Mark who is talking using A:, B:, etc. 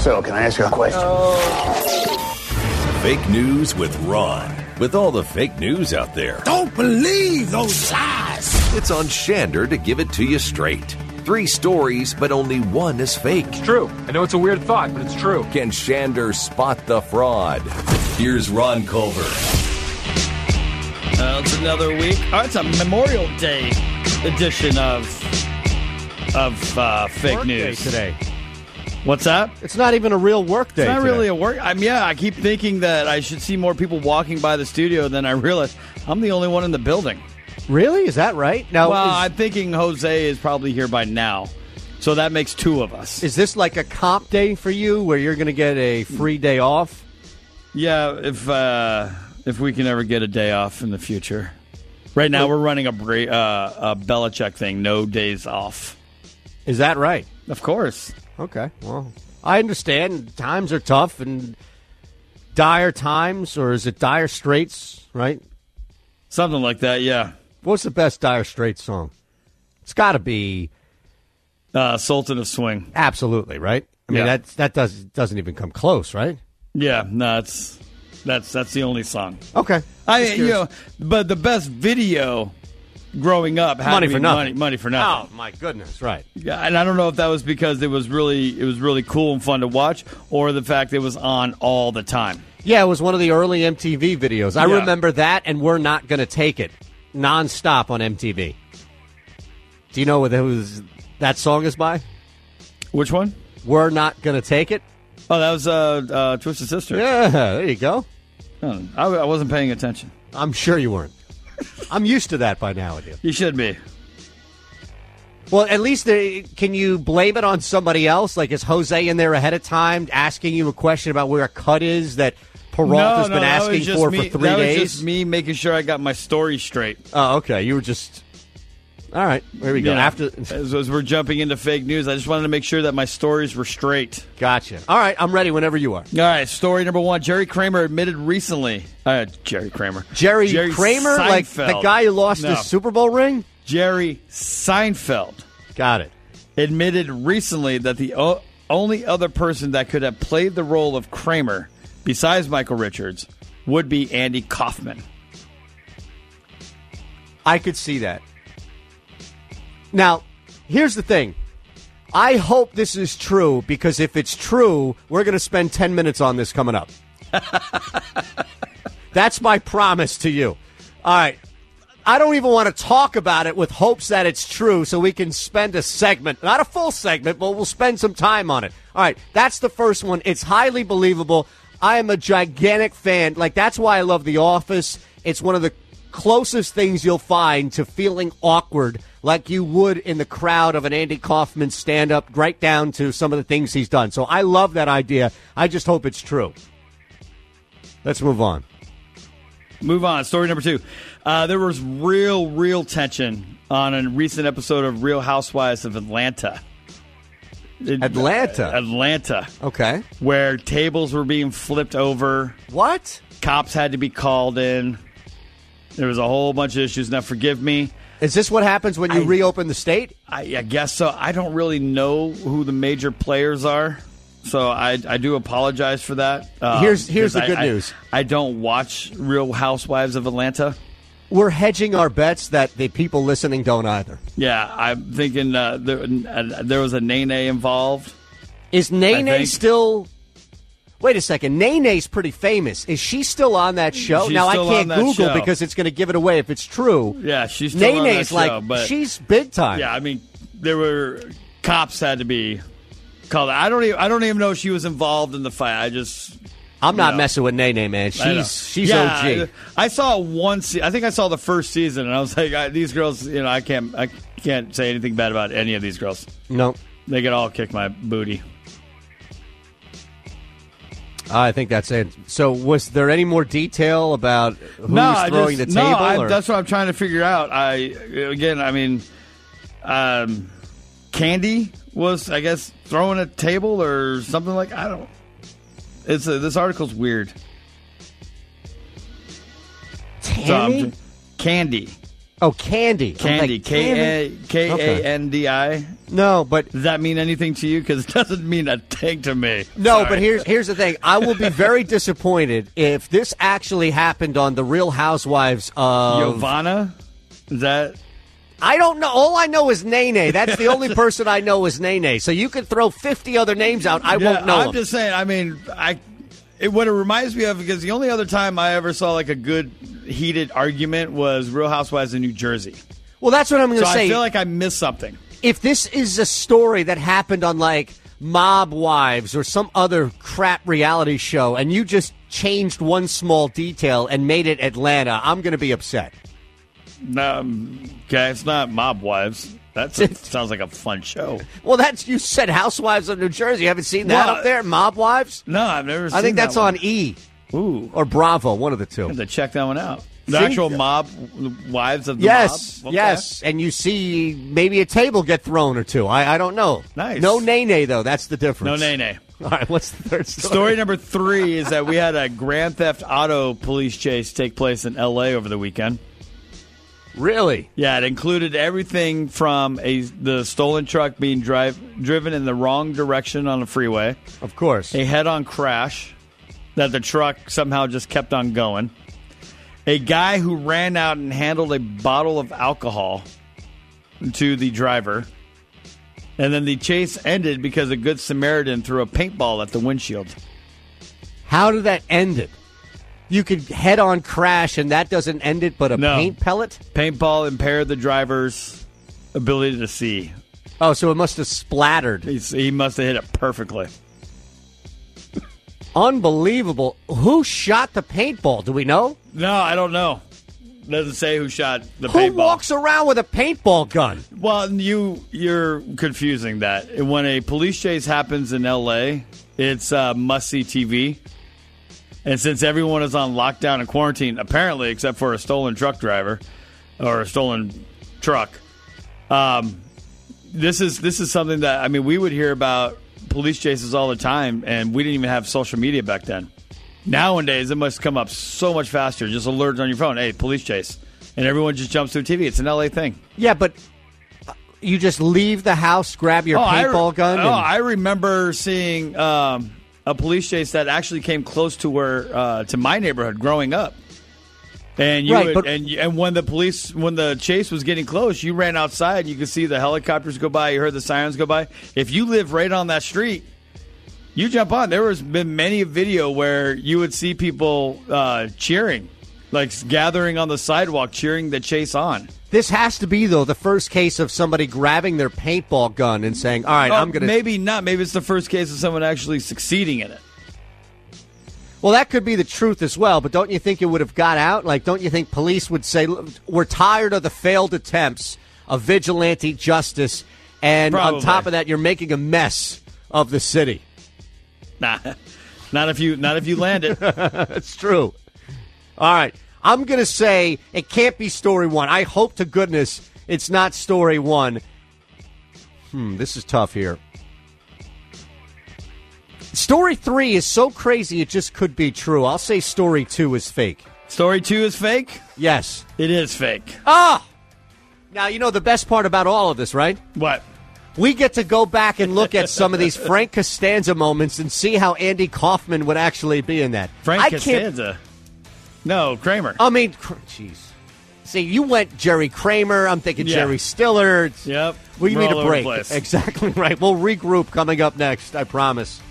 A: So, can I ask you a question?
B: Fake news with Ron. With all the fake news out there,
C: Don't believe those lies.
B: it's on Shander to give it to you straight. Three stories, but only one is fake.
D: True. I know it's a weird thought, but it's true.
B: Can Shander spot the fraud? Here's Ron Culver.
E: Uh, it's another week. Oh, it's a Memorial Day edition of of uh, fake
F: Work day
E: news
F: today.
E: What's up?
F: It's not even a real work day.
E: It's not
F: today.
E: really a work. I'm yeah. I keep thinking that I should see more people walking by the studio than I realize I'm the only one in the building.
F: Really? Is that right? Now,
E: well,
F: is,
E: I'm thinking Jose is probably here by now, so that makes two of us.
F: is this like a comp day for you, where you're going to get a free day off?
E: yeah, if uh, if we can ever get a day off in the future. Right now, we're running a, bra- uh, a Belichick thing, no days off.
F: Is that right?
E: Of course.
F: Okay. Well, I understand. Times are tough and dire times, or is it dire straits? Right?
E: Something like that, yeah.
F: What's the best dire straits song? It's got to be
E: Uh, Sultan of Swing.
F: absolutely right. I mean,
E: Yeah.
F: that that does doesn't even come close, right?
E: Yeah, no, that's that's that's the only song.
F: Okay.
E: I
F: Just
E: you
F: curious.
E: know, but the best video growing up had
F: Money
E: to
F: for
E: be
F: Nothing.
E: Money, money for
F: Oh
E: nothing.
F: my goodness! Right.
E: Yeah, and I don't know if that was because it was really it was really cool and fun to watch, or the fact it was on all the time.
F: Yeah, it was one of the early MTV videos. I
E: Yeah.
F: remember that, and we're not going to take it nonstop on MTV. Do you know what that was? That song is by.
E: Which one?
F: We're not going to take it.
E: Oh, that was uh, uh, Twisted Sister.
F: Yeah, there you go.
E: Oh, I, I wasn't paying attention.
F: I'm sure you weren't. I'm used to that by now with you.
E: You should be.
F: Well, at least they, can you blame it on somebody else? Like, is Jose in there ahead of time asking you a question about where a cut is that Peralta's been
E: that was
F: asking
E: just
F: for
E: me,
F: for three
E: that
F: days?
E: Was just me making sure I got my story straight.
F: Oh, okay. You were just. All right. There we go.
E: Yeah.
F: After.
E: as, as we're jumping into fake news, I just wanted to make sure that my stories were straight.
F: Gotcha. All right. I'm ready whenever you are.
E: All right, story number one. Jerry Kramer admitted recently. Uh, Jerry Kramer.
F: Jerry, Kramer, like the
E: Seinfeld.
F: guy who lost
E: No.
F: his Super Bowl ring?
E: Jerry Seinfeld
F: Got it.
E: admitted recently that the o- only other person that could have played the role of Kramer, besides Michael Richards, would be Andy Kaufman.
F: I could see that. Now, here's the thing. I hope this is true because if it's true, we're going to spend 10 minutes on this coming up. That's my promise to you. All right. I don't even want to talk about it with hopes that it's true so we can spend a segment, not a full segment, but we'll spend some time on it. All right. That's the first one. It's highly believable. I am a gigantic fan. Like, that's why I love The Office. It's one of the closest things you'll find to feeling awkward like you would in the crowd of an Andy Kaufman stand up, right down to some of the things he's done. So I love that idea. I just hope it's true. Let's move on.
E: Move on. Story number two. Uh, there was real, real tension on a recent episode of Real Housewives of Atlanta. It-
F: Atlanta.
E: Atlanta,
F: Okay.
E: where tables were being flipped over.
F: What?
E: cops had to be called in. There was a whole bunch of issues. Now, forgive me.
F: Is this what happens when you
E: I-
F: reopen the state?
E: I, I guess so. I don't really know who the major players are, so I, I do apologize for that. Um,
F: Here's- here's the
E: because
F: good
E: I- I-
F: news.
E: I don't watch Real Housewives of Atlanta.
F: We're hedging our bets that the people listening don't either.
E: Yeah, I'm thinking uh, there, uh, there was a Nene involved.
F: Is Nene
E: think-
F: still? Wait a second. Nene's pretty famous. Is she still on that show?
E: She's
F: now I
E: still on
F: can't
E: that
F: Google
E: show.
F: because it's going to give it away if it's true.
E: Yeah, she's still on that
F: Nene's like
E: show, but
F: she's big time.
E: yeah, I mean, there were cops had to be called. I don't even I don't even know if she was involved in the fight. I just
F: I'm not
E: No.
F: messing with Nene, man.
E: I know.
F: She's she's
E: Yeah,
F: OG.
E: I, I saw one. Se- I think I saw the first season, and I was like, I, these girls. You know, I can't. I can't say anything bad about any of these girls.
F: no,
E: They could all kick my booty.
F: I think that's it. So was there any more detail about who's
E: I
F: throwing
E: just-
F: the table?
E: No, I-
F: or-
E: that's what I'm trying to figure out. I again, I mean, um, Candy was, I guess, throwing a table or something like. I don't. It's a, this article's weird. So I'm
F: Tammy?
E: ju- Um, Candy.
F: Oh, candy. I'm
E: Candy.
F: like,
E: K
F: candy?
E: A K A
F: Okay.
E: N D I.
F: No, but
E: Does that mean anything to you? Because it doesn't mean a thing to me.
F: No,
E: Sorry.
F: but here's here's the thing. I will be very disappointed if this actually happened on the Real Housewives of.
E: Yovana. Is that
F: I don't know. All I know is Nene. That's the only person I know is Nene. So you could throw fifty other names out. I
E: Yeah,
F: won't know.
E: I'm
F: 'em.
E: just saying. I mean, I it, what it reminds me of because the only other time I ever saw like a good heated argument was Real Housewives in New Jersey.
F: well, that's what I'm going
E: So
F: to say.
E: I feel like I missed something.
F: if this is a story that happened on like Mob Wives or some other crap reality show, and you just changed one small detail and made it Atlanta, I'm going to be upset.
E: Um, okay, it's not Mob Wives. That sounds like a fun show.
F: Well, that's you said Housewives of New Jersey. You haven't seen that
E: Well,
F: up there, Mob Wives.
E: No, I've never.
F: I think
E: seen that
F: that's
E: one.
F: on E
E: Ooh,
F: or Bravo, one of the two.
E: I have to check that one out. The
F: See?
E: actual Mob Wives of the
F: Yes,
E: Mob. Okay.
F: yes, and you see maybe a table get thrown or two. I, I don't know.
E: Nice.
F: No nay though. That's the
E: No,
F: difference.
E: nay, nay.
F: All right. What's the third story?
E: Story number three is that we had a Grand Theft Auto police chase take place in L.A. over the weekend.
F: Really?
E: Yeah, it included everything from a the stolen truck being drive driven in the wrong direction on a freeway,
F: Of course.
E: a head-on crash that the truck somehow just kept on going, a guy who ran out and handled a bottle of alcohol to the driver, and then the chase ended because a good Samaritan threw a paintball at the windshield.
F: How did that end it? You could head-on crash, and that doesn't end it, but a
E: No.
F: paint pellet.
E: Paintball impaired the driver's ability to see.
F: Oh, so it must have splattered.
E: He's, he must have hit it perfectly.
F: Unbelievable. Who shot the paintball? Do we know?
E: No, I don't know. Doesn't say who shot the
F: Who
E: paintball.
F: walks around with a paintball gun?
E: well, you you're confusing that. When a police chase happens in L.A., it's uh, must see TV. And since everyone is on lockdown and quarantine, apparently, except for a stolen truck driver or a stolen truck, um, this is this is something that I mean we would hear about police chases all the time, and we didn't even have social media back then. Nowadays, it must come up so much faster. Just alerts on your phone, hey, police chase, and everyone just jumps to a TV. It's an LA thing.
F: Yeah, but uh, you just leave the house, grab your
E: I re-
F: paintball gun.
E: Oh,
F: and-
E: I remember seeing um, a police chase that actually came close to where uh, to my neighborhood growing up. And you
F: Right,
E: would,
F: but-
E: and you- and when the police when the chase was getting close, you ran outside. and You could see the helicopters go by. You heard the sirens go by. If you live right on that street, you jump on. There has been many a video where you would see people uh, cheering, like gathering on the sidewalk, cheering the chase on.
F: This has to be though the first case of somebody grabbing their paintball gun and saying, "All right,
E: Oh,
F: I'm going to."
E: maybe not. Maybe it's the first case of someone actually succeeding in it.
F: Well, that could be the truth as well, but don't you think it would have got out? Like, don't you think police would say, "Look, "We're tired of the failed attempts of vigilante justice," and
E: Probably.
F: on top of that, you're making a mess of the city.
E: Nah, not if you not if you land it.
F: It's true. All right, I'm going to say it can't be story one. I hope to goodness it's not story one. Hmm, this is tough here. Story three is so crazy it just could be true. I'll say story two is fake.
E: Story two is fake.
F: Yes.
E: It is fake.
F: Ah! Now, you know the best part about all of this, right?
E: What?
F: We get to go back and look at some of these Frank Costanza moments and see how Andy Kaufman would actually be in that.
E: Frank
F: I Can't,
E: Costanza? No, Kramer.
F: I mean, cr- jeez. See, you went Jerry Kramer. I'm thinking
E: Yeah.
F: Jerry Stiller. It's-
E: Yep.
F: We
E: We're
F: need
E: all
F: a
E: over the
F: break.
E: place.
F: Exactly right. We'll regroup coming up next, I promise.